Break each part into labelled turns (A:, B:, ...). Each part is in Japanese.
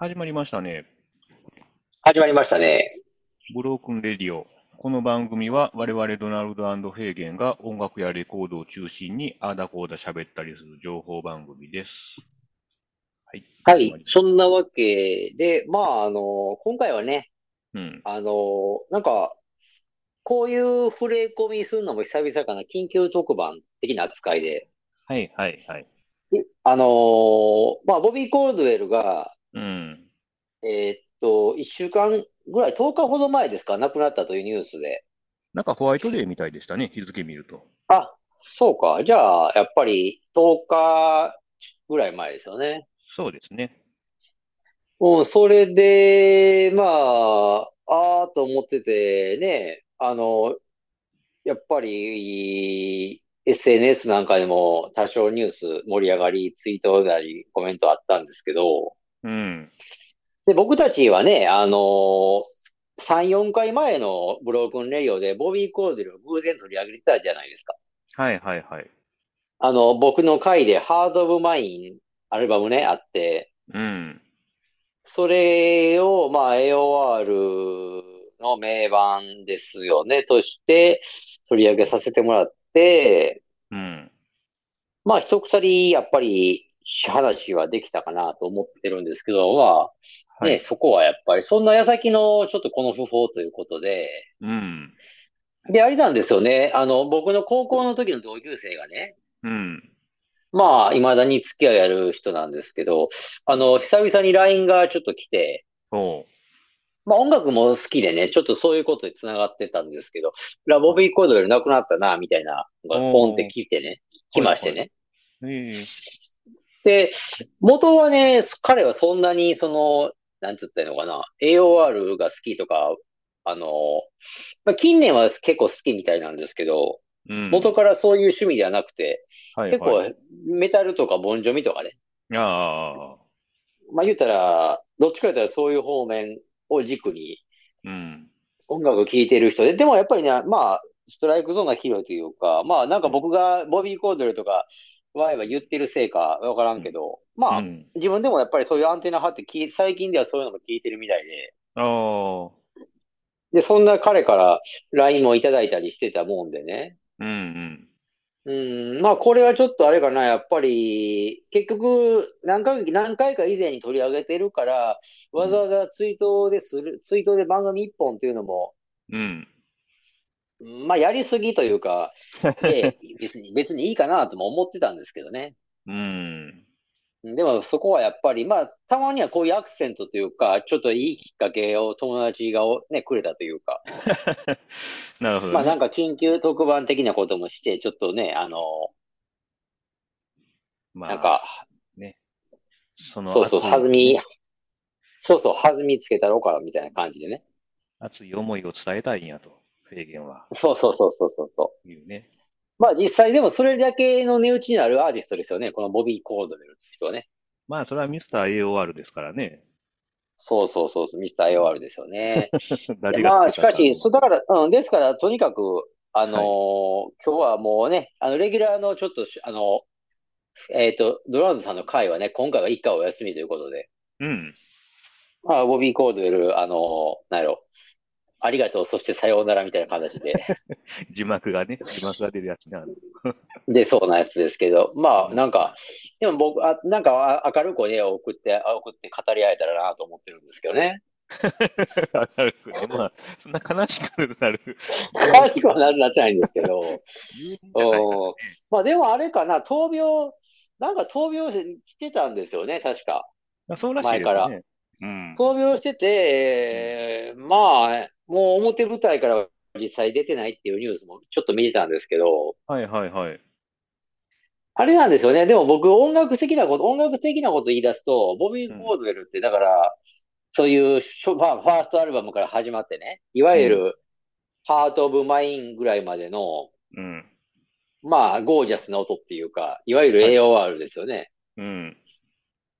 A: 始まりましたね。
B: 始まりましたね。
A: ブロークンレディオ。この番組は我々ドナルドヘーゲンが音楽やレコードを中心にあーだこーだ喋ったりする情報番組です。はい。
B: はい。そんなわけで、まあ、あの、今回はね、
A: うん。
B: あの、なんか、こういう触れ込みするのも久々かな、緊急特番的な扱いで。
A: はいはいはい。
B: いあの、まあ、ボビー・コールドウェルが、
A: うん。
B: えーっと、1週間ぐらい、10日ほど前ですか、亡くなったというニュースで。
A: なんかホワイトデーみたいでしたね、日付見ると。
B: あ、そうか。じゃあ、やっぱり10日ぐらい前ですよね。
A: そうですね。
B: うん、それで、まあ、ああと思っててね、あの、やっぱり、SNS なんかでも多少ニュース盛り上がり、ツイートなりコメントあったんですけど、
A: うん。
B: で、僕たちはね、あの、3、4回前のブロークンレイオで、ボビー・コーデルを偶然取り上げてたじゃないですか。
A: はいはいはい。
B: あの、僕の回で、ハード・オブ・マイン、アルバムね、あって、
A: うん。
B: それを、まあ、AOR の名盤ですよね、として取り上げさせてもらって、
A: うん。
B: まあ、一鎖、やっぱり、話はできたかなと思ってるんですけど、まあ、
A: は
B: ね、
A: い。
B: そこはやっぱり、そんな矢先の、ちょっとこの訃報ということで、
A: うん。
B: で、あれなんですよね、あの、僕の高校の時の同級生がね、
A: うん。
B: まあ、未だに付き合いある人なんですけど、あの、久々に LINE がちょっと来て、
A: そ
B: まあ音楽も好きでね、ちょっとそういうことに繋がってたんですけど、ラボビーコードよりなくなったな、みたいな、ポンって聞いてね、
A: おー
B: 来ましてね。
A: う。ええ
B: で、元はね、彼はそんなに、その、なんつったらいいのかな、AOR が好きとか、あの、まあ、近年は結構好きみたいなんですけど、
A: うん。
B: 元からそういう趣味ではなくて、
A: はい
B: 結
A: はい。
B: 構メタルとかボンジョミとかね、
A: ああ。
B: まあ言うたら、どっちか言ったらそういう方面を軸に、
A: うん。
B: 音楽聴いてる人で、でもやっぱりね、まあ、ストライクゾーンが広いというか、まあなんか僕がボビー・コードルとか、ワイワイ言ってるせいかわからんけど、まあ、
A: うん。
B: 自分でもやっぱりそういうアンテナ張って聞い、最近ではそういうのも聞いてるみたいで、
A: ああ。
B: で、そんな彼から LINE もいただいたりしてたもんでね。
A: うんうん。
B: うん、まあこれはちょっとあれかな、やっぱり、結局、何回、何回か以前に取り上げてるから、わざわざ追悼でする、追悼で番組一本っていうのも、
A: うん。
B: まあやりすぎという か、で、別に、別にいいかなとも思ってたんですけどね。
A: うん。
B: でもそこはやっぱり、まあ、たまにはこういうアクセントというか、ちょっといいきっかけを友達がおね、くれたというか、
A: なるほど、ね。
B: まあなんか緊急特番的なこともして、ちょっとね、あの、
A: まあ
B: なんか、
A: その
B: そうそう、
A: 熱い
B: 弾み、そうそう、弾みつけたろうか、みたいな感じでね。
A: 熱い思いを伝えたいんやと、フェーゲンは。
B: そうそうそうそうそうそ
A: いうね。
B: う。まあ実際でもそれだけの値打ちになるアーティストですよね、このボビー・コードレルって人はね。
A: まあ、それはミスター AOR ですからね。
B: そうそうそうそう、ミスター AOR ですよね。
A: 誰が
B: まあ、
A: 作
B: し
A: った
B: かし、そうだから、うん、ですから、とにかく、あのー
A: は
B: 今日はもうね、あの、レギュラーのちょっとし、あの、えっと、ドラウンズさんの回はね、今回は一回お休みということで、
A: うん。
B: まあ、ボビー・コードウェル、あのーなんやろ、ありがとう、そしてさようならみたいな形 で、
A: 字幕がね、字幕が出るやつなんで。
B: で、そうなやつですけど、まあ、なんか、でも僕、あ、なんか、あ明るくね、送って、あ送って語り合えたらなと思ってるんですけど ね。
A: 明るくね。まあ、そんな悲しくなる。
B: 詳しくはななってないんですけど、
A: 言うんじゃないか
B: おまあでもあれかな、闘病、なんか闘病してたんですよね、確か。
A: まあそうらしいです
B: 前から
A: ね。うん。
B: 闘病してて、えーまあ、もう表舞台からは実際出てないっていうニュースもちょっと見てたんですけど、
A: はいはいはい。
B: あれなんですよね。でも僕、音楽的なこと、音楽的なこと言い出すと、ボビ
A: うん
B: ー・コーズウェルって、だから、そういうしょ、まあ、ファーストアルバムから始まってね、いわゆる、ハート・オブ・マインぐらいまでの、
A: うん。
B: まあ、ゴージャスな音っていうか、いわゆる AOR ですよね。
A: うん。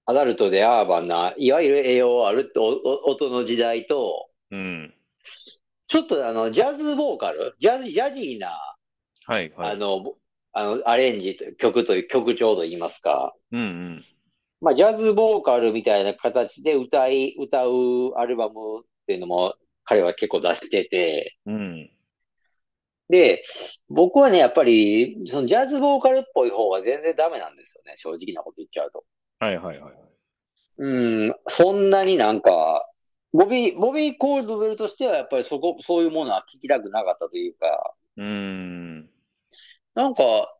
B: アダルトでアーバンな、いわゆる AOR って音の時代と、
A: うん。
B: ちょっとあの、ジャズボーカル、ジャズ、ジャジーな、
A: はいは
B: あ
A: い。
B: の、あの、アレンジと、曲という、曲調といいますか、
A: うんうん。
B: まあ、ジャズボーカルみたいな形で歌い、歌うアルバムっていうのも彼は結構出してて、
A: うん。
B: で、僕はね、やっぱり、そのジャズボーカルっぽい方は全然ダメなんですよね、正直なこと言っちゃうと。
A: はいはいはい。
B: うん、そんなになんか、ボビー、ボビー・コールドウェルとしてはやっぱりそこ、そういうものは聞きたくなかったというか、
A: うーん。
B: なんか、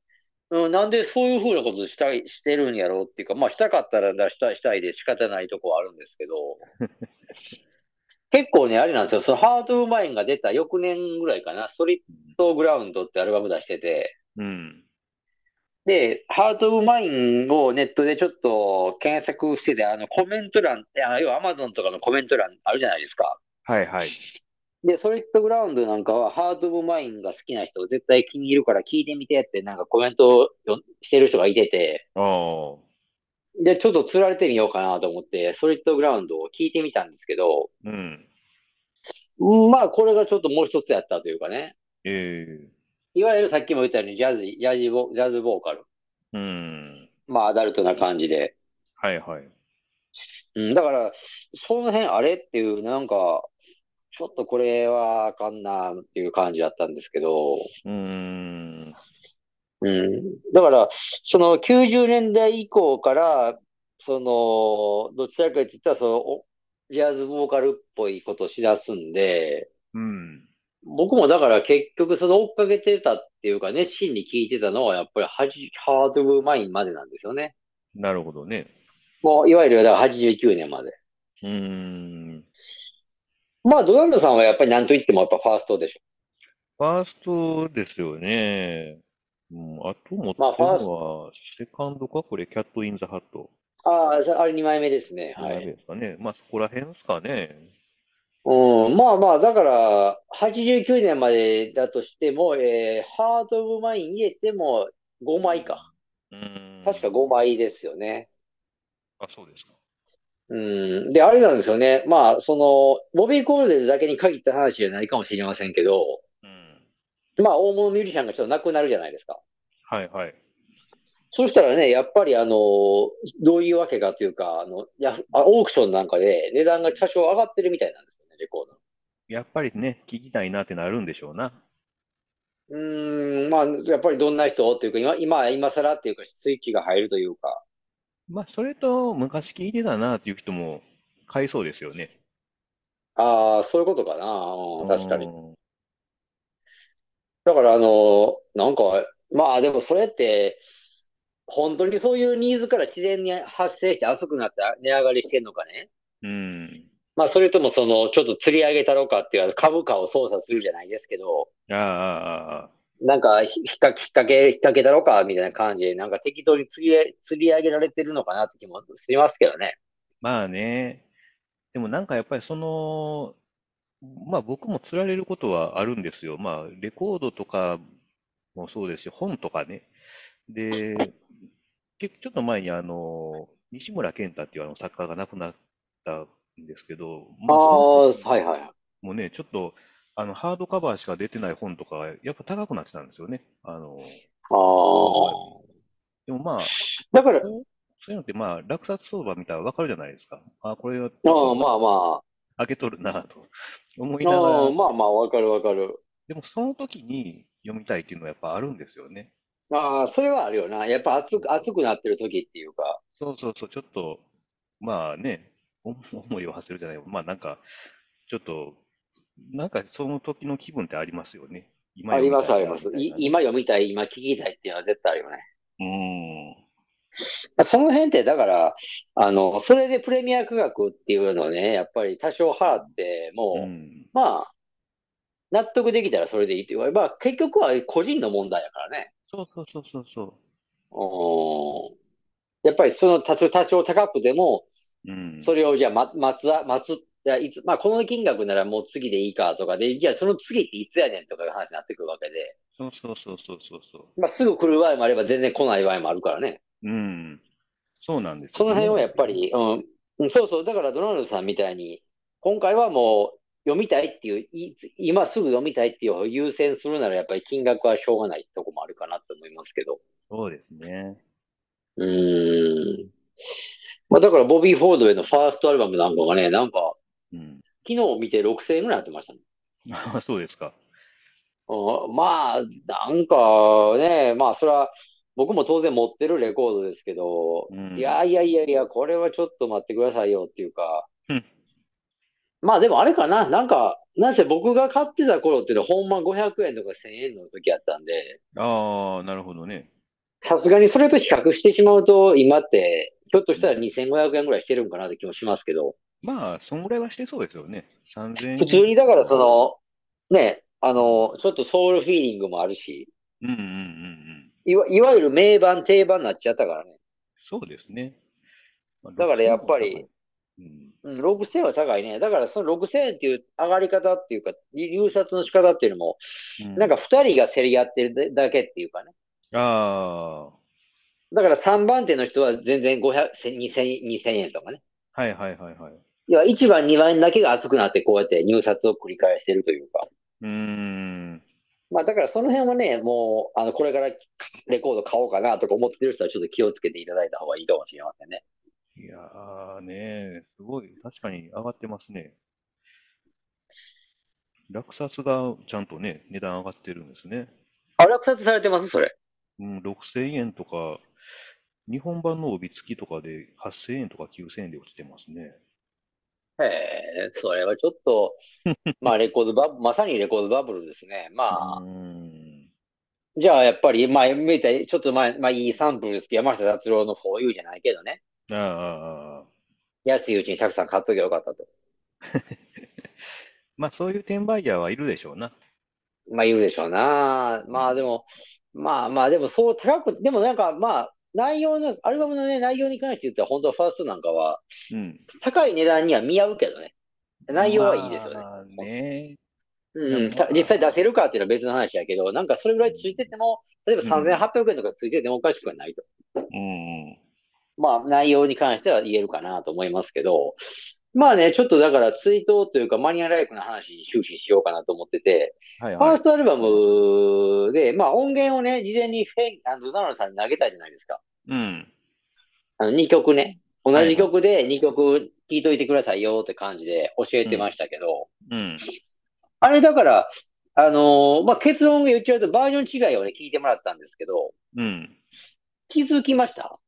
B: うん、なんでそういうふうなことしたい、してるんやろうっていうか、まあしたかったらなした、したいで仕方ないとこはあるんですけど、結構ね、あれなんですよ、そのハート・オブ・マインが出た翌年ぐらいかな、ストリート・グラウンドってアルバム出してて、
A: うん。
B: で、ハート・オブ・マインをネットでちょっと検索してて、あのコメント欄、あ要はアマゾンとかのコメント欄あるじゃないですか。
A: はいはい。
B: で、ソリッドグラウンドなんかは、ハート・オブ・マインが好きな人、絶対気に入るから聞いてみてって、なんかコメントをよしてる人がいてて、
A: ああ。
B: で、ちょっと釣られてみようかなと思って、ソリッドグラウンドを聞いてみたんですけど、
A: うん。
B: うんまあ、これがちょっともう一つやったというかね、
A: え
B: いわゆるさっきも言ったように、ジャズ、ジャズボ、ジャズボーカル。
A: えうん。
B: まあ、アダルトな感じで。
A: はいはい。
B: うん、だから、その辺あれっていう、なんか、ちょっとこれはあかんなっていう感じだったんですけど、
A: うーん。
B: うん。だから、その90年代以降から、その、どちらかといったら、そのお、ジャズボーカルっぽいことをしだすんで、
A: うん。
B: 僕もだから結局その追っかけてたっていうか、熱心に聞いてたのはやっぱり80ハード・オブ・マインまでなんですよね。
A: なるほどね。
B: もう、いわゆるだから89年まで。
A: うーん。
B: まあ、ドナルドさんはやっぱり何と言ってもやっぱファーストでしょ。
A: ファーストですよね。うん。あと持って
B: まあ
A: る
B: ファース
A: のは、セカンドかこれ、キャット・イン・ザ・ハット。
B: ああ、さあれ2枚目ですね。は
A: あれ
B: い。
A: ですかね。まあそこら辺ですかね。
B: うん、まあまあ、だから、89年までだとしても、えーハート・オブ・マイン入れても5枚か。
A: うん。
B: 確か5枚ですよね。
A: あ、そうですか。
B: うん。で、あれなんですよね。まあ、その、ボビー・コールデルだけに限った話じゃないかもしれませんけど、
A: うん。
B: まあ、大物ミュージシャンがちょっと亡くなるじゃないですか。
A: はいはい。
B: そうしたらね、やっぱりあの、どういうわけかというか、あの、や、あオークションなんかで値段が多少上がってるみたいなんですよね、レコード。
A: やっぱりね、聞きたいなってなるんでしょうな。
B: うーん、まあ、やっぱりどんな人っていうか、今、今、今更っていうか、スイッチが入るというか、
A: まあ、それと、昔聞いてたなっていう人も買いそうですよね。
B: ああ、そういうことかな、うん確か
A: う
B: に。
A: ん
B: だから、あの、なんか、まあ、でもそれって、本当にそういうニーズから自然に発生して熱くなって値上がりしてんのかね。
A: うん。
B: まあ、それとも、その、ちょっと釣り上げたろうかっていうあの株価を操作するじゃないですけど、
A: ああ、ああ、ああ。
B: なんか、ひ引っかけ、引っ掛け、引っ掛けたろうか、みたいな感じで、なんか適当に釣り上、釣り上げられてるのかなって気もしますけどね。
A: まあね。でもなんかやっぱりその、まあ僕も釣られることはあるんですよ。まあレコードとかもそうですし、本とかね。で、結ちょっと前にあの、西村健太っていうあの作家が亡くなったんですけど、ま
B: あ
A: あそ
B: あ、
A: の
B: は
A: 時
B: いはいはい。
A: もね、ちょっとあのハードカバーしか出てない本とか、やっぱ高くなってたんですよね。あの、
B: ああ。
A: でも まあ、
B: だから、
A: そうそういうのってまあ落札相場見たらわかるじゃないですか。あ、これは
B: まあまあま
A: 開けとるなぁと思い
B: あ、
A: ながら、
B: ああまあまあ、わかるわかる。
A: でもその時に読みたいっていうのはやっぱあるんですよね。
B: ああ、それはあるよな。やっぱ熱く、熱くなってる時っていうか。
A: そうそうそう、ちょっと、まあね、思 思いを馳せるじゃない、まあなんか、ちょっと、なんかその時の気分ってありますよね。今
B: あり
A: 読み
B: ます
A: た
B: あ
A: い
B: り
A: な
B: ます。
A: みた
B: い
A: いなね
B: 今読みたい、今聞きたいっていうのは絶対あるよね。
A: うーん。
B: その辺って、だから、あの、それでプレミア価格っていうのをね、やっぱり多少払って、
A: う
B: もう、
A: ん。
B: まあ、納得できたらそれでいいっていうか、まあ、結局は個人の問題やからね。
A: そうそうそうそうそ
B: うん。やっぱりその多少、多少高くても、
A: う。うん。
B: それをじゃあ、ま、待つわ、待つ、いやいつ、まあ、この金額ならもう次でいいかとかで、じゃあその次っていつやねんとかいう話になってくるわけで、
A: そうそうそうそうそうそ
B: まあ、すぐ来る場合もあれば全然来ない場合もあるからね。
A: う。うん。そうなんです
B: その
A: よね
B: 辺をやっぱり、うん、うんそうそう、だからドナルドさんみたいに、今回はもう読みたいっていう、い今すぐ読みたいっていう優先するならやっぱり金額はしょうがないとこもあるかなと思いますけど。
A: そうですね。
B: うーん。まあだからボビー・フォードへのファーストアルバムなんかがね、なんか、
A: うん。
B: 昨日見て6000円ぐらいなってましたね。
A: あそうですか。
B: うんまあ、なんかね、まあそれは僕も当然持ってるレコードですけど、
A: うん
B: いやいやいやいや、これはちょっと待ってくださいよっていうか
A: うん。
B: まあでもあれかな、なんか、なんせ僕が買ってた頃っていうのはほんま500円とか1000円の時やったんで、
A: ああ、なるほどね。
B: さすがにそれと比較してしまうと今って、ひょっとしたら2500円ぐらいしてるんかなって気もしますけど、
A: まあ、そんぐらいはしてそうですよね。3000円。
B: 普通にだからその、ね、あの、ちょっとソウルフィーリングもあるし、
A: うんうんうんうん。
B: いわ、いわゆる名盤定番になっちゃったからね。
A: そうですね。まあ
B: だからやっぱり。
A: 6000円
B: うん、6000は高いね。だからその6000円っていう上がり方っていうか、入札の仕方っていうの
A: は
B: も、
A: 高いうん。
B: なんか2人が競り合ってるだけっていうかね。
A: あ
B: だから3番手の人は全然500、2000、2000円とかね。
A: あ、はいはいはいはい。
B: 要は1番、2番だけが熱くなってこうやって入札を繰り返してるというか。
A: うーん。
B: まあだからその辺はね、もう、あの、これからレコード買おうかなとか思ってる人はちょっと気をつけていただいた方がいいかもしれませんね。
A: いやーねすごい、確かに上がってますね。落札がちゃんとね、値段上がってるんですね。
B: あ、落札されてますそれ。
A: うん、6000円とか、日本版の帯付きとかで8000円とか9000円で落ちてますね。
B: へえ、それはちょっ と、まあレコードバブ、まさにレコードバブルですね。まあ、
A: うーん。
B: じゃあ、やっぱり、まあ、見えた、ちょっと前、まあ、いいサンプルですけど、山下達郎の 4U じゃないけどね。
A: ああああ、ああ
B: 安いうちにたくさん買っときゃよかったと。
A: まあそういう転売ヤーはいるでしょうな。
B: まあ、言うでしょうな。まあ、でも、まあまあ、でも、そう高く、でもなんか、まあ、内容の、アルバムのね、内容に関して言ったら、本当はファーストなんかは、
A: うん。
B: 高い値段には見合うけどね。内容はいいですよね。
A: まあね。
B: うん
A: まあ
B: た実際出せるかっていうのは別の話やけど、なんかそれぐらいついてても、例えば3800円とかついててもおかしくはないと。
A: うん。
B: まあ、内容に関しては言えるかなと思いますけど、まあね、ちょっとだから追悼というかマニアライクな話に終始しようかなと思ってて、
A: はい
B: ファ
A: は
B: ー
A: い。
B: ストアルバムで、まあ音源をね、事前にフェン、あの、ドナルドさんに投げたじゃないですか。
A: うん。
B: あの、2曲ね。同じ曲で2曲聴いといてくださいよって感じで教えてましたけど、
A: うん。
B: あれだから、あのーまあ結論を言っちゃうとバージョン違いをね、聞いてもらったんですけど、
A: うん。
B: 気づきました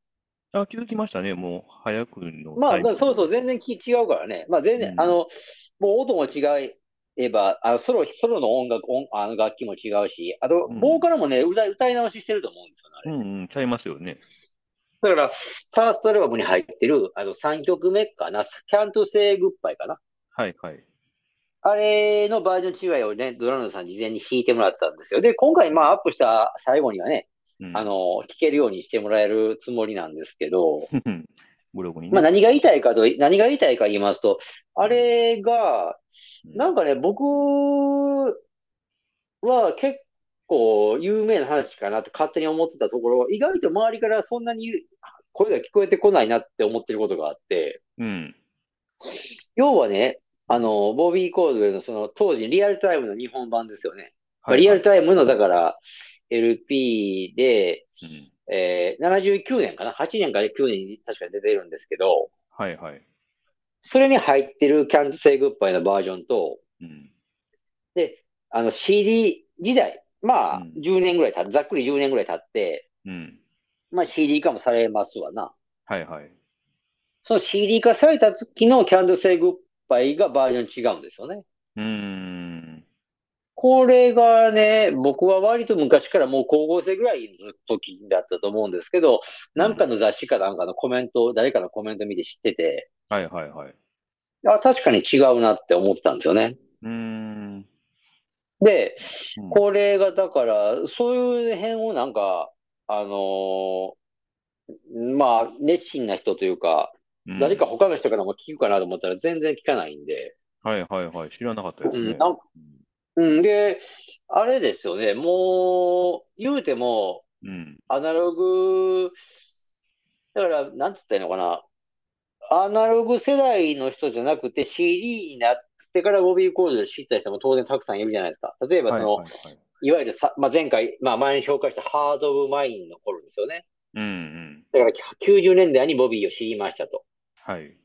A: あ、気づきましたね。もう早くの
B: ま
A: タ
B: あ、
A: イ
B: まあ、
A: ミ
B: そうそうう、全然き違うからね。まあ、全然、
A: うん
B: あの、もう音も違えば、あのソロ、ソロの音楽、音、あの楽器も違うし、あと、
A: うん
B: ボーカルもね、歌い、歌い直ししてると思うんですよね、あれ。
A: んうん、ちゃいますよね。
B: だから、ファーストアルバムに入ってる、あの、3曲目かな、Can't Say Goodbye かな。
A: はいはい。
B: あれのバージョン違いをね、ドラムさん事前に弾いてもらったんですよ。で、今回、まあ、アップした最後にはね、
A: うん
B: あ、の、聴けるようにしてもらえるつもりなんですけど、
A: ブログに
B: まあ、
A: ね。
B: 何が言いたいかと、何が言いたいか言いますと、あれが、
A: うん
B: なんかね、僕は結構有名な話かなって勝手に思ってたところ、意外と周りからそんなに声が聞こえてこないなって思ってることがあって、
A: うん。
B: 要はね、あの、ボビー・コードウェルのその当時リアルタイムの日本版ですよね。
A: はい
B: リアル
A: は
B: タイムのだから LP で、
A: いうん
B: えー79年かな ?8 年から9年に確かに出てるんですけど、
A: はいはい。
B: それに入ってる Can't Say Goodbye のバージョンと、
A: うん。
B: あの CD 時代、まあ
A: うん
B: 10年ぐらい経って、ざっくり10年ぐらい経って、
A: うん。
B: まあ CD 化もされますわな。
A: はいはい。
B: その CD 化された時の Can't Say Goodbye がバージョン違うんですよね。
A: うーん。
B: これがね、僕は割と昔からもう高校生ぐらいの時だったと思うんですけど、なんかの雑誌かなんかのコメント、誰かのコメント見て知ってて、
A: はいはいはい。
B: あ、確かに違うなって思ってたんですよね。
A: うーん。
B: で、
A: うん
B: これがだから、そういう辺をなんか、あのーまあ、熱心な人というか、
A: うん
B: 誰か他の人からも聞くかなと思ったら全然聞かないんで、
A: はいはいはい。知らなかったです
B: う
A: ね
B: ん、。なんうん、で、あれですよね、もう、言うても、
A: うん。
B: アナログ、だから、なんつったらいいのかな、アナログ世代の人じゃなくて CD になってからボビー・コールド知った人も当然たくさんいるじゃないですか。例えば、
A: はい
B: その
A: は、いはい。
B: いわゆるさ、まあ、前回、まあ、前に紹介したハード・オブ・マインの頃ですよね。
A: うんうん。
B: だから90年代にボビーを知りましたと。
A: はい。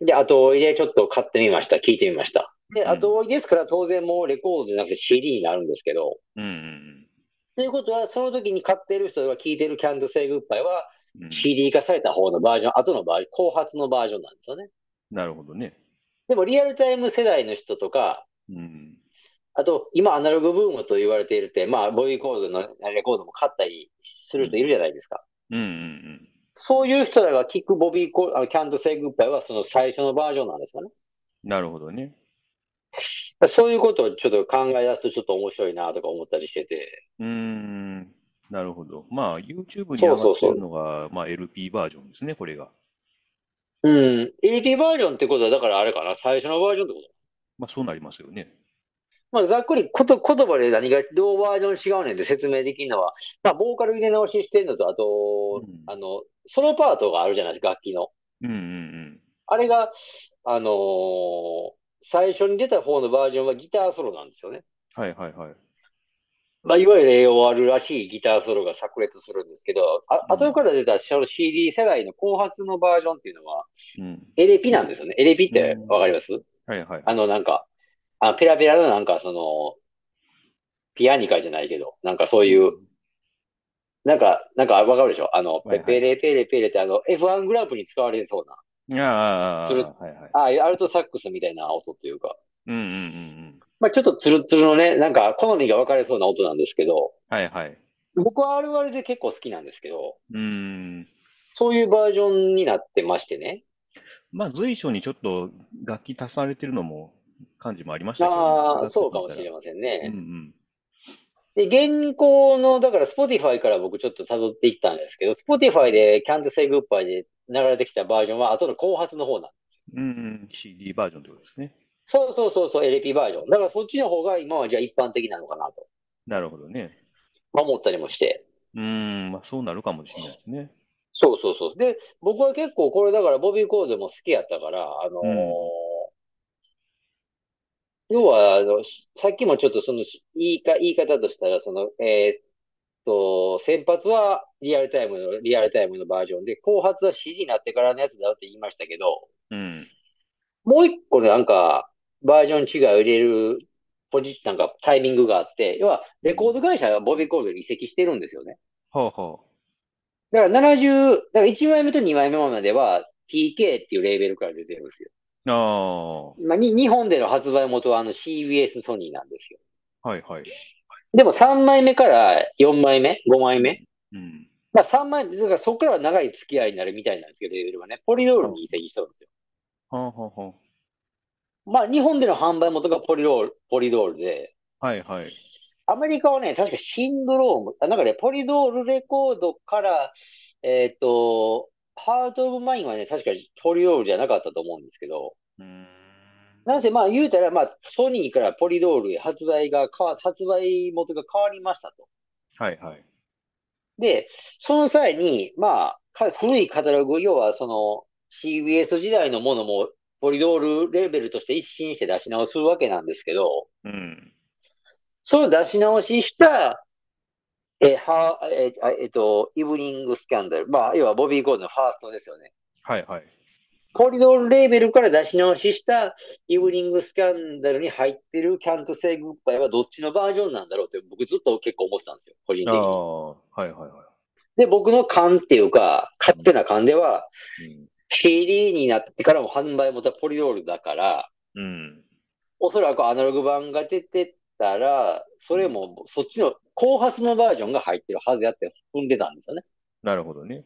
B: で、後追いでちょっと買ってみました。聞いてみました。で、
A: うん
B: 後追いですから当然もうレコードじゃなくて CD になるんですけど。
A: うんうん
B: ということは、その時に買ってる人が聞いてるキャンドゥ・セイ・グッバイは
A: うん。うん
B: CD 化された方のバージョン、後のバージョン、後発のバージョンなんですよね。
A: なるほどね。
B: でもリアルタイム世代の人とか、
A: うん。
B: あと、今アナログブームと言われているって、まあ、ボーイコードのレコードも買ったりする人いるじゃないですか。
A: うんうん
B: そういう人らが聞くボビーコあのキャンドゥ・セイ・グッバイはその最初のバージョンなんですよね。
A: うん。なるほどね。
B: そういうことをちょっと考え出すとちょっと面白いなとか思ったりしてて。
A: うーん。なるほど。まあ、YouTube に
B: そ
A: 上
B: うそ
A: が
B: う
A: って
B: そう
A: るのが、まあ、LP バージョンですね、これが。
B: うん。AP バージョンってことは、だからあれかな、最初のバージョンってこと
A: まあ、そうなりますよね。
B: まあ、ざっくりこと言葉で何がどうバージョン違うねんって説明できるのは、まあ、ボーカル入れ直ししてんのと、あと、
A: うん
B: あの、ソロパートがあるじゃないですか、楽器の。
A: うんうん
B: あれが、あのー最初に出た方のバージョンはギターソロなんですよね。
A: うん。はいはいはい。
B: まあ、いわゆる AOR らしいギターソロが炸裂するんですけど、あ、
A: うん
B: 後から出たその CD 世代の後発のバージョンっていうのは、
A: うん。
B: LP なんですよね。LP ってわかります
A: はいはい。
B: あの、なんか、あ、ペラペラのなんかその、ピアニカじゃないけど、なんかそういう、なんか、なんかわかるでしょあの、
A: はいはい
B: ペレペレペレってあの、F1 グランプリに使われそうな、
A: ああああああ、
B: それ
A: はいはい。
B: ああいうアルトサックスみたいな音というか、
A: うんうんうんうん。
B: まあ、ちょっとツルツルのね、なんか好みが分かれそうな音なんですけど、
A: はいはい。
B: 僕はあれはあれで結構好きなんですけど、
A: うーん。
B: そういうバージョンになってましてね。
A: まあ、随所にちょっと楽器足されてるのも、感じもありましたけどね
B: あ
A: 歌
B: あ、
A: って
B: そうかも
A: みた
B: しれ
A: ら
B: ません
A: う
B: ね。
A: ん
B: で、現行の、だから Spotify から僕ちょっと辿っていったんですけど、Spotify で Can't Say Goodbye で流れてきたバージョンは後の後発の方なん
A: うん。うんうん。CD バージョンということですね。
B: そうそうそうそう、LP バージョン。だからそっちの方が今はじゃあ一般的なのかなと、
A: なるほどね。
B: まあ思ったりもして。
A: うーん。まあ、そうなるかもしれないですね。
B: そうそうそう。で、僕は結構これだからボビー・コードも好きやったから、あのー
A: うん
B: 要はあの、しさっきもちょっとそのし言いか、言い方としたら、その、えーっと、先発はリアルタイムの、リアルタイムのバージョンで、後発は CD になってからのやつだよって言いましたけど、
A: うん。
B: もう一個なんか、バージョン違いを入れるポジ、なんかタイミングがあって、要は、レコード会社がボビー・コードに移籍してるんですよね。
A: ほうほ
B: だから70、だから1枚目と2枚目までは TK っていうレーベルから出てるんですよ。
A: う。あ
B: まあ、に日本での発売元はあの CBS ソニーなんですよ。
A: あ。はいはい。
B: でも3枚目から4枚目、5枚目。
A: うん。
B: まあ3枚、だからそこからは長い付き合いになるみたいなんですけど、レーベルはね、ポリロールに移籍したんですよ。
A: はあはあは
B: まあ日本での販売元がポリロール、ポリドールで、
A: あ。はいはい。
B: アメリカはね、確かシンドローム、あ、なんかね、ポリドールレコードから、えっと、ハート・オブ・マインはね、確かポリドールじゃなかったと思うんですけど、
A: うーん。
B: なんせまあ言うたら、まあ、ソニーからポリドールへ発売が変わ、発売元が変わりましたと。
A: はいはい。
B: で、その際に、まあ、か古いカタログ、要はその CBS 時代のものもポリドールレーベルとして一新して出し直すわけなんですけど、
A: うん。
B: その出し直しした、えー、は、えーあえっと、イブニングスキャンダル、まあ、要はボビー・ゴールドのファーストですよね。
A: はいはい。
B: ポリドールレーベルから出し直ししたイブニングスキャンダルに入ってるキャントセイグッバイはどっちのバージョンなんだろうって僕ずっと結構思ってたんですよ、個人
A: あ
B: 的に。
A: あ。はいはいは
B: で、僕の勘っていうか、勝手な勘では、
A: い。うん。
B: CD になってからも販売元はポリドールだから、
A: うん。
B: おそらくアナログ版が出てたら、それもそっちの後発のバージョンが入ってるはずやって踏んでたんですよね。
A: なるほどね。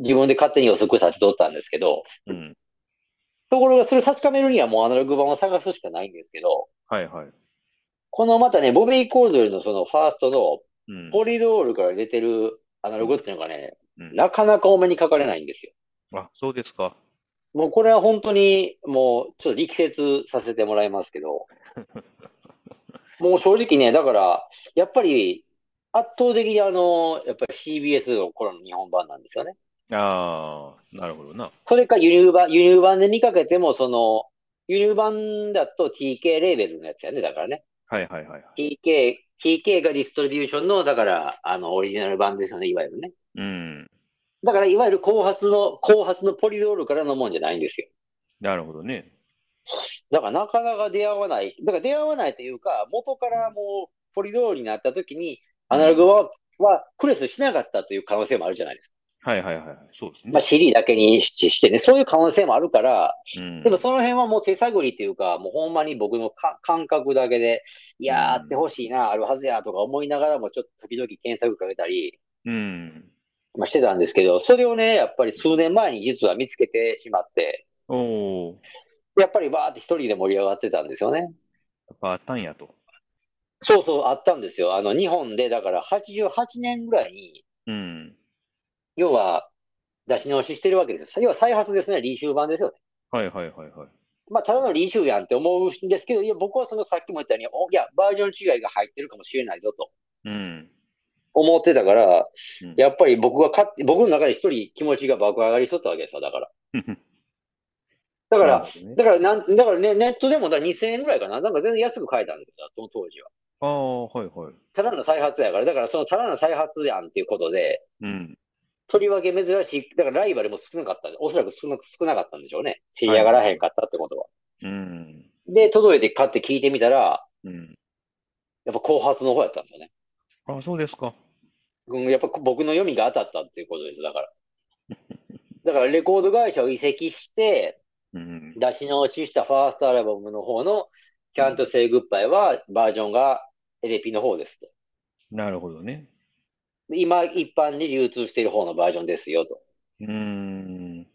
B: 自分で勝手に予測立てとったんですけど、
A: うん。
B: ところがそれ確かめるにはもうアナログ版を探すしかないんですけど、
A: はいはい。
B: このまたね、ボビー・コールドルのそのファーストの
A: うん。
B: ポリドールから出てるアナログっていうのがね、
A: うん
B: なかなかお目にかかれないんですよ。
A: あ、そうですか。
B: もうこれは本当にもうちょっと力説させてもらいます けど、もう正直ね、だから、やっぱり圧倒的にあの、やっぱり CBS の頃の日本版なんですよね。
A: ああ、なるほどな。
B: それか輸入版、輸入版で見かけても、その、輸入版だと TK レーベルのやつやね、だからね。
A: はいはいはいはい。
B: TK、TK がディストリビューションの、だから、あの、オリジナル版ですよね、いわゆるね。
A: うん。
B: だから、いわゆる後発の、後発のポリドールからのもんじゃないんですよ。
A: なるほどね。
B: だから、なかなか出会わない。だから、出会わないというか、元からもう、ポリドールになった時に、アナログは、はクレスしなかったという可能性もあるじゃないですか。
A: はいはいはい。そうですね。
B: まあ、CD だけにししてね、そういう可能性もあるから、
A: うん
B: でもその辺はもう手探りというか、もうほんまに僕のか感覚だけで、いやー、あ
A: うん
B: ってほしいな、あるはずやとか思いながらも、ちょっと時々検索かけたり、
A: うん。
B: まあ、してたんですけど、それをね、やっぱり数年前に実は見つけてしまって、
A: おおー、
B: やっぱりバーって一人で盛り上がってたんですよね。
A: やっぱあったんやと。
B: そうそう、あったんですよ。あの、日本で、だから88年ぐらいに、
A: うん。
B: 要は、出し直ししてるわけですよ。要は再発ですね、リーシュー版ですよね。
A: はいはいはいはい。
B: まあ、ただのリーシューやんって思うんですけど、いや、僕はそのさっきも言ったように、おいや、バージョン違いが入ってるかもしれないぞと。
A: うん。
B: 思ってたから
A: うん、
B: やっぱり僕が勝って、僕の中で一人気持ちが爆上がりしとったわけですよ、だから。だ
A: だ
B: から、、
A: ね、
B: だからなん、だからね、ネットでもだから2000円ぐらいかな。なんか全然安く買えたんですよ、その当時は。
A: ああ、はいはい。
B: ただの再発やから、だからそのただの再発やんっていうことで、
A: うん。
B: とりわけ珍しい、だからライバルも少なかったんで、おそらく少なく少なかったんでしょうね。知り上がらへんかったってことは。
A: うん。
B: で、届いて買って聞いてみたら、
A: うん。
B: やっぱ後発の方やったんですよね。
A: あそうですか。
B: うん、やっぱ僕の読みが当たったっていうことです、だ から。だからレコード会社を移籍して、
A: うん。
B: 出し直ししたファーストアルバムの方の Can't Say Goodbye はバージョンが LP の方ですと。
A: なるほどね。
B: で今一般に流通している方のバージョンですよと。
A: うーん。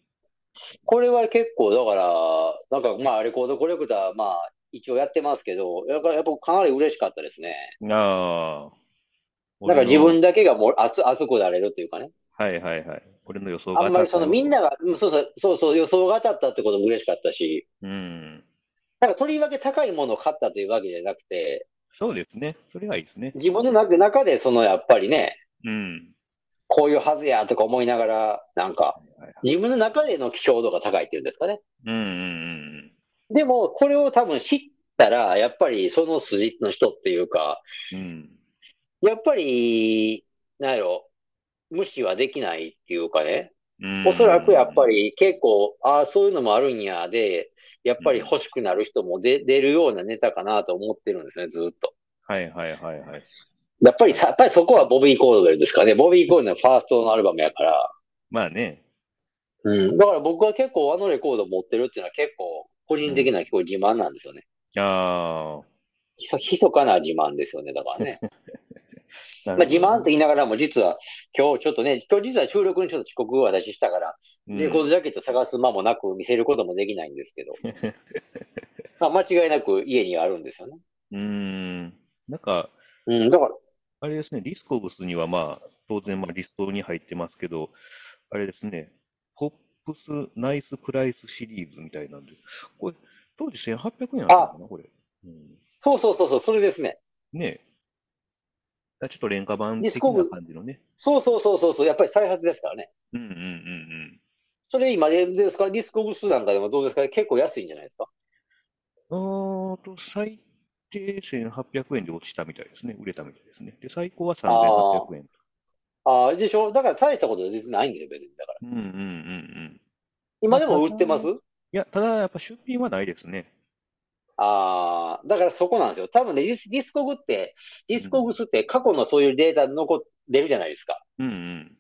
B: これは結構だから、なんかまあレコードコレクターまあ一応やってますけど、やっぱやっぱかなり嬉しかったですね。
A: ああ。
B: なんか
A: 俺の
B: 自分だけがもう熱、熱くなれるっていうかね。
A: はいはいはい。俺の予想が
B: あんまりそのみん
A: な。
B: なが、うんそうそう、そうそう予想が当たったってことも嬉しかったし、
A: うん。
B: なんかとりわけ高いものを買ったというわけじゃなくて、
A: そうですね。それがいいですね。
B: 自分の中中でそのやっぱりね、
A: うん。
B: こういうはずやとか思いながら、なんか、自分の中での希少度が高いっていうんですかね。
A: うんうん
B: でも、これを多分知ったら、やっぱりその筋の人っていうか、
A: うん。うん。
B: やっぱり、なんやろ、無視はできないっていうかね、
A: うん
B: おそらくやっぱ。り結構、ああ、そういうのもあるんやで、やっぱり欲しくなる人も出出るようなネタかなと思ってるんですね、ずっと。
A: はいはいはいはい。
B: やっぱりさ、やっぱりそこはボビー・コードウェルですかね。ボビー・コードウェルのファーストのアルバムやから。
A: まあね。
B: うん、だから僕は結構あのレコード持ってるっていうのは結構個人的な結構自慢なんですよね。
A: あ
B: ひそ、密かな自慢ですよね、だからね。
A: あ。
B: まあ自慢と言いながらも実は今日ちょっとね、今日実は収録にちょっと遅刻を私したから、レコード
A: で。
B: ジャケット探す間もなく見せることもできないんですけ ど。まあ間違いなく家にはあるんですよね。
A: うん。なんか、
B: うん、だから、
A: あれですね、リスコブスにはまあ、当然まあリストに入ってますけど、あれですね、ポップスナイスプライスシリーズみたいなんで、これ、当時1800円あったのかな、これ。うん、
B: そうそうそうそう、それですね。
A: ねえ。あちょっと廉価版
B: リ
A: 的
B: スコブ
A: な感じのね。
B: そうそうそうそうそう、やっぱり再発ですからね。
A: うんうんうん
B: それ今でですか、ディスコブスなんかでもどうですか、結構安いんじゃないですか。
A: うん。うーんと、最低1800円で落ちたみたいですね。売れたみたいですね。で、最高は
B: あ
A: 3800円。
B: ああ、でしょだから大したことは別にないんですよ、別に。だから。
A: うんうんうんうん。
B: 今でも売ってます
A: いや、ただやっぱ出品はないですね。
B: ああ、だからそこなんですよ。多分ね、ディス、ディスコグって、ディスコグスって過去のそういうデータ残ってるじゃないですか。
A: うんうん。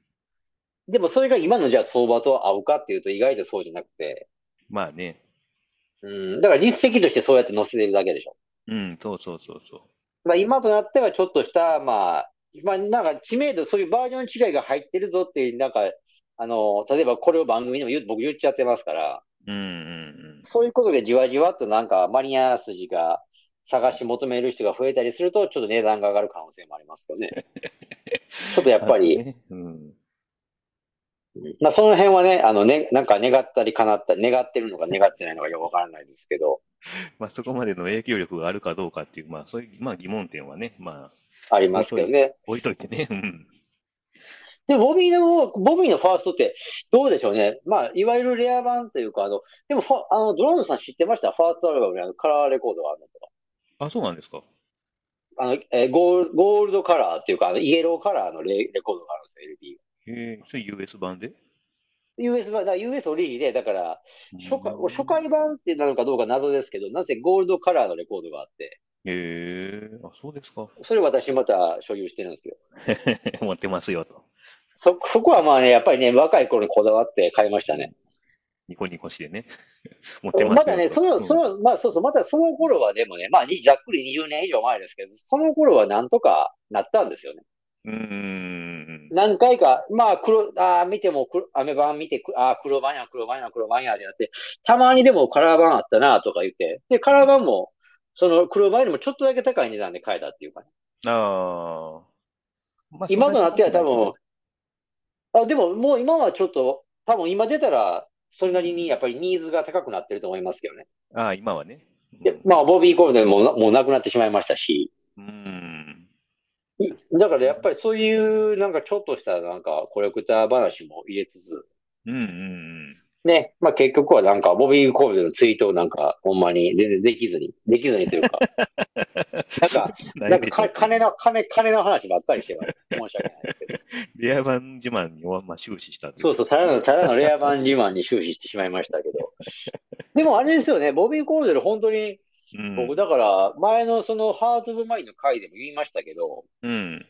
B: でもそれが今のじゃあ相場と合うかっていうと意外とそうじゃなくて。
A: まあね。
B: うん。だから実績としてそうやって載せてるだけでしょ。
A: うん、そうそうそうそう。
B: まあ今となってはちょっとした、まあ、まあなんか知名度、そういうバージョン違いが入ってるぞっていう、なんか、あの、例えばこれを番組でも言う、僕言っちゃってますから、
A: うんうん
B: そういうことでじわじわっとなんかマニア筋が探し求める人が増えたりすると、ちょっと値段が上がる可能性もありますけどね。ちょっとや
A: や
B: っぱり、
A: うん。
B: まあその辺はね、あのね、なんか願ったり叶ったり、願ってるのか願ってないのかよくわからないですけど、
A: まあ、そこまでの影響力があるかどうかっていう、まあ、そういう、まあ、疑問点はね、まあ、
B: ありますけどね。
A: 置いといてね。 うん。
B: で、ボビーの、ボビーのファーストってどうでしょうね。まあ、いわゆるレア版というか、あの、でもファ、あの、ドローンさん知ってましたファーストアルバムにあのカラーレコードがあるのとか。
A: あ、そうなんですか。
B: あの、えーゴール、ゴールドカラーっていうか、あの、イエローカラーのレ、レコードがあるんですよ、LP。
A: えー、それ US 版で
B: US 版、だから US オリジで、だから、初回、
A: うん
B: 初回版ってなのかどうか謎ですけど、なぜゴールドカラーのレコードがあって、
A: えー、あ、そうですか。
B: それ私また所有してるんですよ。
A: 持ってますよと。
B: そ、そこはまあね、やっぱりね、若い頃にこだわって買いましたね。
A: ニコニコしてね。 持ってます
B: まだね、
A: よと
B: その、
A: うん
B: その、まあそうそう、まだその頃はでもね、まあにざっくり20年以上前ですけど、その頃はなんとかなったんですよね。
A: うーん。
B: 何回か、まあ黒、ああ、見ても黒、アメ版見て、くああ、黒版や、黒版や、黒版やでやって、たまにでもカラー版あったなとか言って、で、カラー版も、その黒版よりもちょっとだけ高い値段で買えたっていうかね。
A: ああ。まあ、
B: 今となっては
A: そん
B: 多
A: に
B: 分、あ、でももう今はちょっと、多分今出たら、それなりにやっぱりニーズが高くなってると思いますけどね。
A: ああ、今はね。
B: で、まあ、ボビー・コールデンもな、もう亡くなってしまいましたし、
A: うん。うん。
B: いだからやっぱりそういう、なんかちょっとした、なんかコレクター話も入れつつ、
A: うんうん
B: ね、まあ結局はなんか、ボビー・コールデンのツイートをなんか、ほんまに全然できずに、できずにと いうか、なんか、
A: うん。
B: なんかか金の、金、金の話ばっかりしてます。申し訳ないですけど。
A: レア版自慢には、まあ、終始したとい
B: そううそう、ただの、ただのレア版自慢に終始してしまいましたけど。でもあれですよね、ボビー・コールデン本当に、
A: うん。
B: 僕だから、前のその、ハート・オブ・マインの回でも言いましたけど、
A: うん。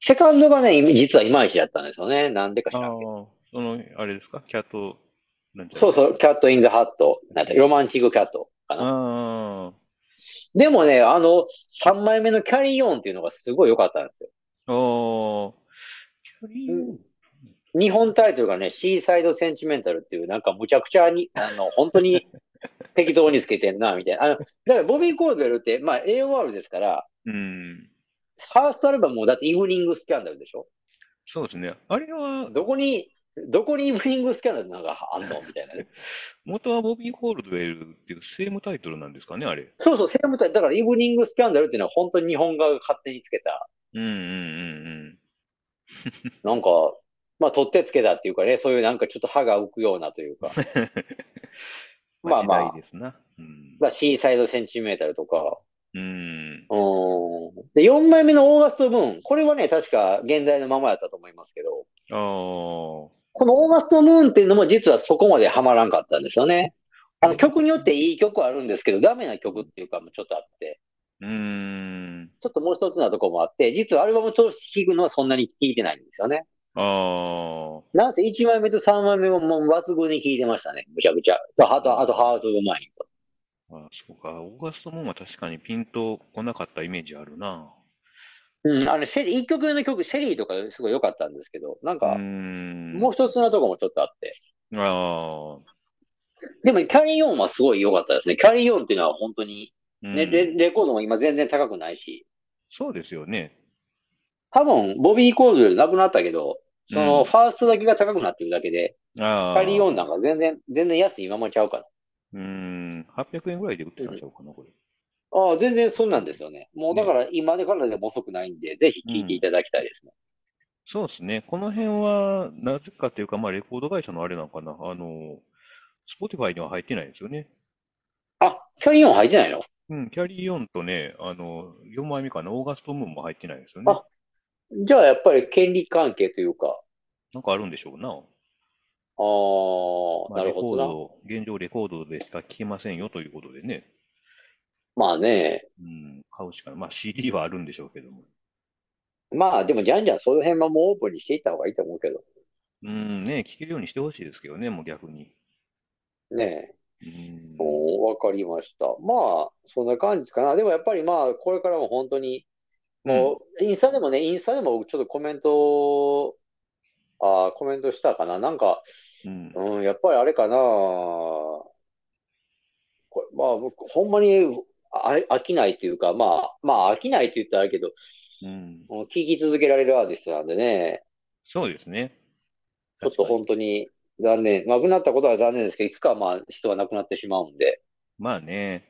B: セカンドがね、実はいまいちだったんですよね。なんでか知
A: ああ
B: らんけど。、
A: その、あれですかキャット、なんちゃら
B: そうそう、キャット・イン・ザ・ハット。なんだロマンチック・キャットか
A: あ
B: な。でもね、あの、3枚目のキャリー・オンっていうのがすごい良かったんですよ。
A: あ。ああ。キャリー
B: 日本タイトルがね、シーサイド・センチメンタルっていう、なんかむちゃくちゃに、あの、本当に適当につけてんな、みたいな。あの、だからボビー・コールデルって、まあ AOR ですから、
A: うん。
B: ファーストアルバムもだってイブニング・スキャンダルでしょ
A: そうですね。あれは、
B: どこに、どこにイブニング・スキャンダルなんかあんのみたいなね。
A: 元はボビー・ホールドウェルっていうセームタイトルなんですかね、あれ。
B: そうそう、セームタイトル、だからイブニング・スキャンダルっていうのは本当に日本側が勝手につけた、
A: うんうんうん
B: なんか、まあ、取ってつけたっていうかね、そういうなんかちょっと歯が浮くようなという か、
A: うん。
B: まあまあ
A: 時代ですな。うん。
B: まあ、シーサイドセンチメータルとか、
A: うん。
B: うーん。で、4枚目のオーガストムーン、これはね、確か現代のままやったと思いますけど、
A: ああ。
B: このオーガストムーンっていうのも実はそこまでハマらんかったんですよね。あの曲によっていい曲はあるんですけど、ダメな曲っていうかもちょっとあって、
A: うーん。
B: ちょっともう一つなとこもあって、実はアルバム通して聴くのはそんなに聴いてないんですよね。
A: あ
B: なんせ1枚目と3枚目ももう抜群に聴いてましたね。むちゃくちゃ。とあと、あと、ハートがマインと。
A: ーあ、そうか。オーガストムーンは確かにピンとこなかったイメージあるな。
B: うん、あれ、セリ、一曲目の曲、セリーとかすごい良かったんですけど、なん
A: う
B: か
A: ー、ん。
B: もう一つのとこもちょっとあって。
A: ああ。
B: でも、キャリーオンはすごい良かったですね。キャリーオンっていうのは本当に、
A: うん
B: ね、レ、レコードも今全然高くないし、
A: そうですよね。
B: 多分、ボビー・コールドなくなったけど、その、
A: うん
B: ファーストだけが高くなってるだけで、
A: あ
B: キ
A: あ。
B: ャリーオンなんか全然、全然安い今もちゃうから。
A: うーん。800円ぐらいで売ってたんちゃうかな、これ。
B: ああ、全然そんなんですよね。もうだから、今でからでも遅くないんで、ぜひ聴いていただきたいですね。
A: そうですね。この辺は、なぜかというか、まあ、レコード会社のあれなのかな。あの、Spotify には入ってないんですよね。
B: あ、キャリーオン入ってないの
A: うん、キャリーオンとね、あの、4枚目かな、オーガストムーンも入ってないんですよね
B: あ。じゃあ、やっぱり権利関係というか、
A: なんかあるんでしょうな。
B: ああ、
A: まあ
B: なるほどな
A: レ。コード、現状レコードでしか聞けませんよということでね。
B: まあね、
A: うん、買うしかない。まあ CD はあるんでしょうけども。
B: まあでもじゃんじゃんその辺はもうオープンにしていった方がいいと思うけど、
A: うん、ね、聞けるようにしてほしいですけどね、もう逆に。
B: ね
A: うん
B: え、、もうわかりました。まあ、そんな感じかな。でもやっぱりまあ、これからも本当に、もう、インスタでもね、インスタでもちょっとコメント、ああ、コメントしたかな。なんか、
A: うん、
B: うん、やっぱりあれかな。これ、まあ僕、ほんまにあ飽きないというか、まあ、まあ飽きないと言ったらあれけど、
A: うん、
B: もう聴き続けられるアーティストなんでね。
A: そうですね。
B: ちょっと
A: 確かに
B: 本当に残念。亡くなったことは残念ですけど、いつかまあ人は亡くなってしまうんで、
A: まあね、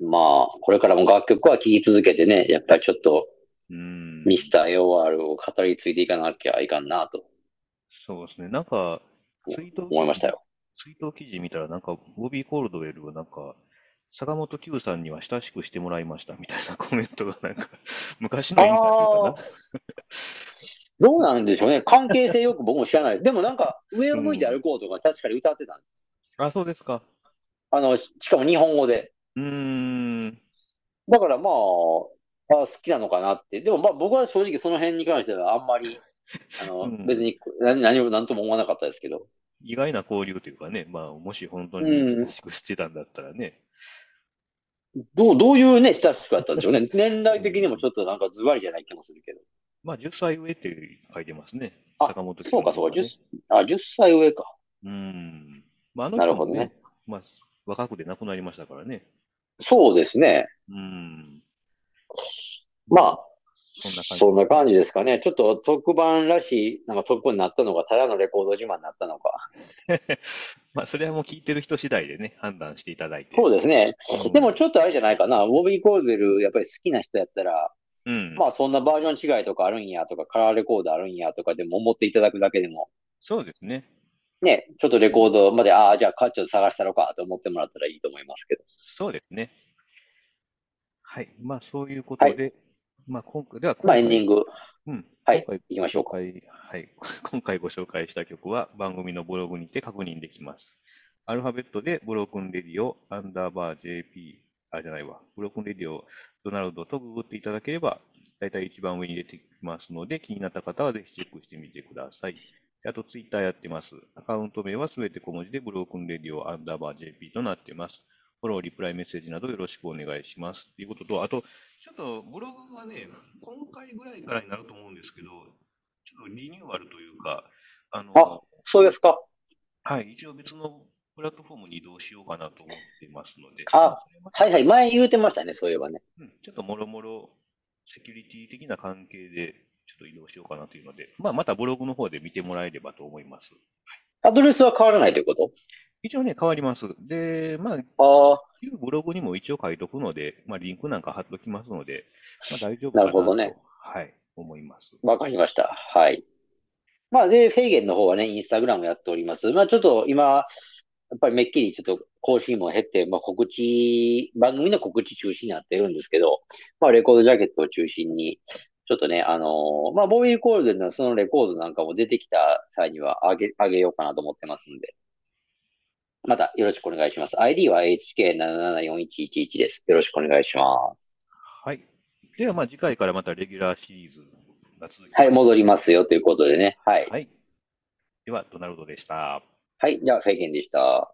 B: まあ、これからも楽曲は聴き続けてね、やっぱりちょっと
A: うん、
B: ミスター AOR を語り継いでいかなきゃいかんなと
A: そうですね。なんか、ツイート、
B: 思いまし たよ。
A: ツイート記事見たら、なんか、ボビー・コールドウェルはなんか、坂本九さんには親しく してもらいましたみたいなコメントが、なんか、昔のインタビューかな。
B: どうなんでしょうね。関係性よく僕も知らない。でもなんか、上を向いて歩こうとか確かに歌ってたんです。
A: あ、そうですか。
B: あの、ししかも日本語で。
A: うーん。
B: だからまあ、あ好きなのかなって。でもまあ僕は正直その辺に関してはあんまり、あの、
A: うん
B: 別に何何も何とも思わなかったですけど。
A: 意外な交流というかね、まあ、もし本当に
B: うん
A: 親しくしてたんだったらね。
B: どう、どういうね、親しくだったんでしょうね。 年代的にもちょっとなんかズバリじゃない気もするけど。
A: まあ、10歳上って書いてますね。
B: あ
A: 坂本九
B: そうか
A: さん
B: そう
A: は
B: か、
A: ね
B: 10、あ、10歳上か。
A: うん。まあ、あの
B: なる
A: 人
B: ほ
A: も
B: ど
A: ね
B: ね、
A: まあ、若くで亡くなりましたからね。
B: そうですね。
A: うん。
B: まあ、
A: そんな感じ。
B: そんな感じですかね。ちょっと特番らしい、なんか特番になったのか、ただのレコード自慢になったのか。
A: まあ、それはもう聞いてる人次第でね、判断していただいて。
B: そうですね
A: うん。
B: でもちょっとあれじゃないかな。ボビー・コーベル、やっぱり好きな人やったら、
A: うん。
B: まあそんなバージョン違いとかあるんやとか、カラーレコードあるんやとかでも思っていただくだけでも、
A: そうですね。
B: ね、ちょっとレコードまで、ああ、じゃあかちょっと探したのかと思ってもらったらいいと思いますけど。
A: そうですね。はい。まあ、そういうことで、まあ、今回、では、
B: まあエンディング、
A: うん。
B: はい
A: 今回
B: 行きましょう
A: ご
B: か。
A: 紹介はい。 今回ご紹介した曲は番組のブログにて確認できます。アルファベットでブロークンレディオ、アンダーバー JP、あ、じゃないわ。ブロークンレディオ、ドナルドとググっていただければ、だいたい一番上に出てきますので、気になった方はぜひチェックしてみてください。あと、ツイッターやってます。アカウント名はすべて小文字で、ブロークンレディオ、アンダーバー JP となってます。フォロー、リプライ、メッセージなどよろしくお願いします。ということと、あと、ちょっとブログはね、今回ぐらいからになると思うんですけど、ちょっとリニューアルというか、あの、
B: あそうですか。
A: はい、一応別のプラットフォームに移動しようかなと思ってますので、
B: あ
A: それまで
B: はいはい、前言うてましたね、そういえばね。
A: うんちょっともろもろセキュリティ的な関係でちょっと移動しようかなというので、まあ、またブログの方で見てもらえればと思います。
B: アドレスは変わらないということ
A: 一応ね、変わります。で、まあ、
B: ああ、
A: 旧ブログにも一応書いとくので、まあ、リンクなんか貼っときますので、まあ、大丈夫
B: なるほどね
A: かなと、はい、思います。
B: わかりました。はい。まあ、で、フェイゲンの方はね、インスタグラムやっております。まあ、ちょっと今、やっぱりめっきりちょっと更新も減って、まあ、告知、番組の告知中止になってるんですけど、まあ、レコードジャケットを中心に、ちょっとね、あのーまあ、ボーイーコールデンのそのレコードなんかも出てきた際にはあげ、あげようかなと思ってますんで。またよろしくお願いします。ID は HK774111 です。よろしくお願いします。
A: はい。では、まあ、次回からまたレギュラーシリーズが続きます。
B: はい、戻りますよということでね。はい。
A: はい。では、ドナルドでした。
B: はい、じゃあ、フェイゲンでした。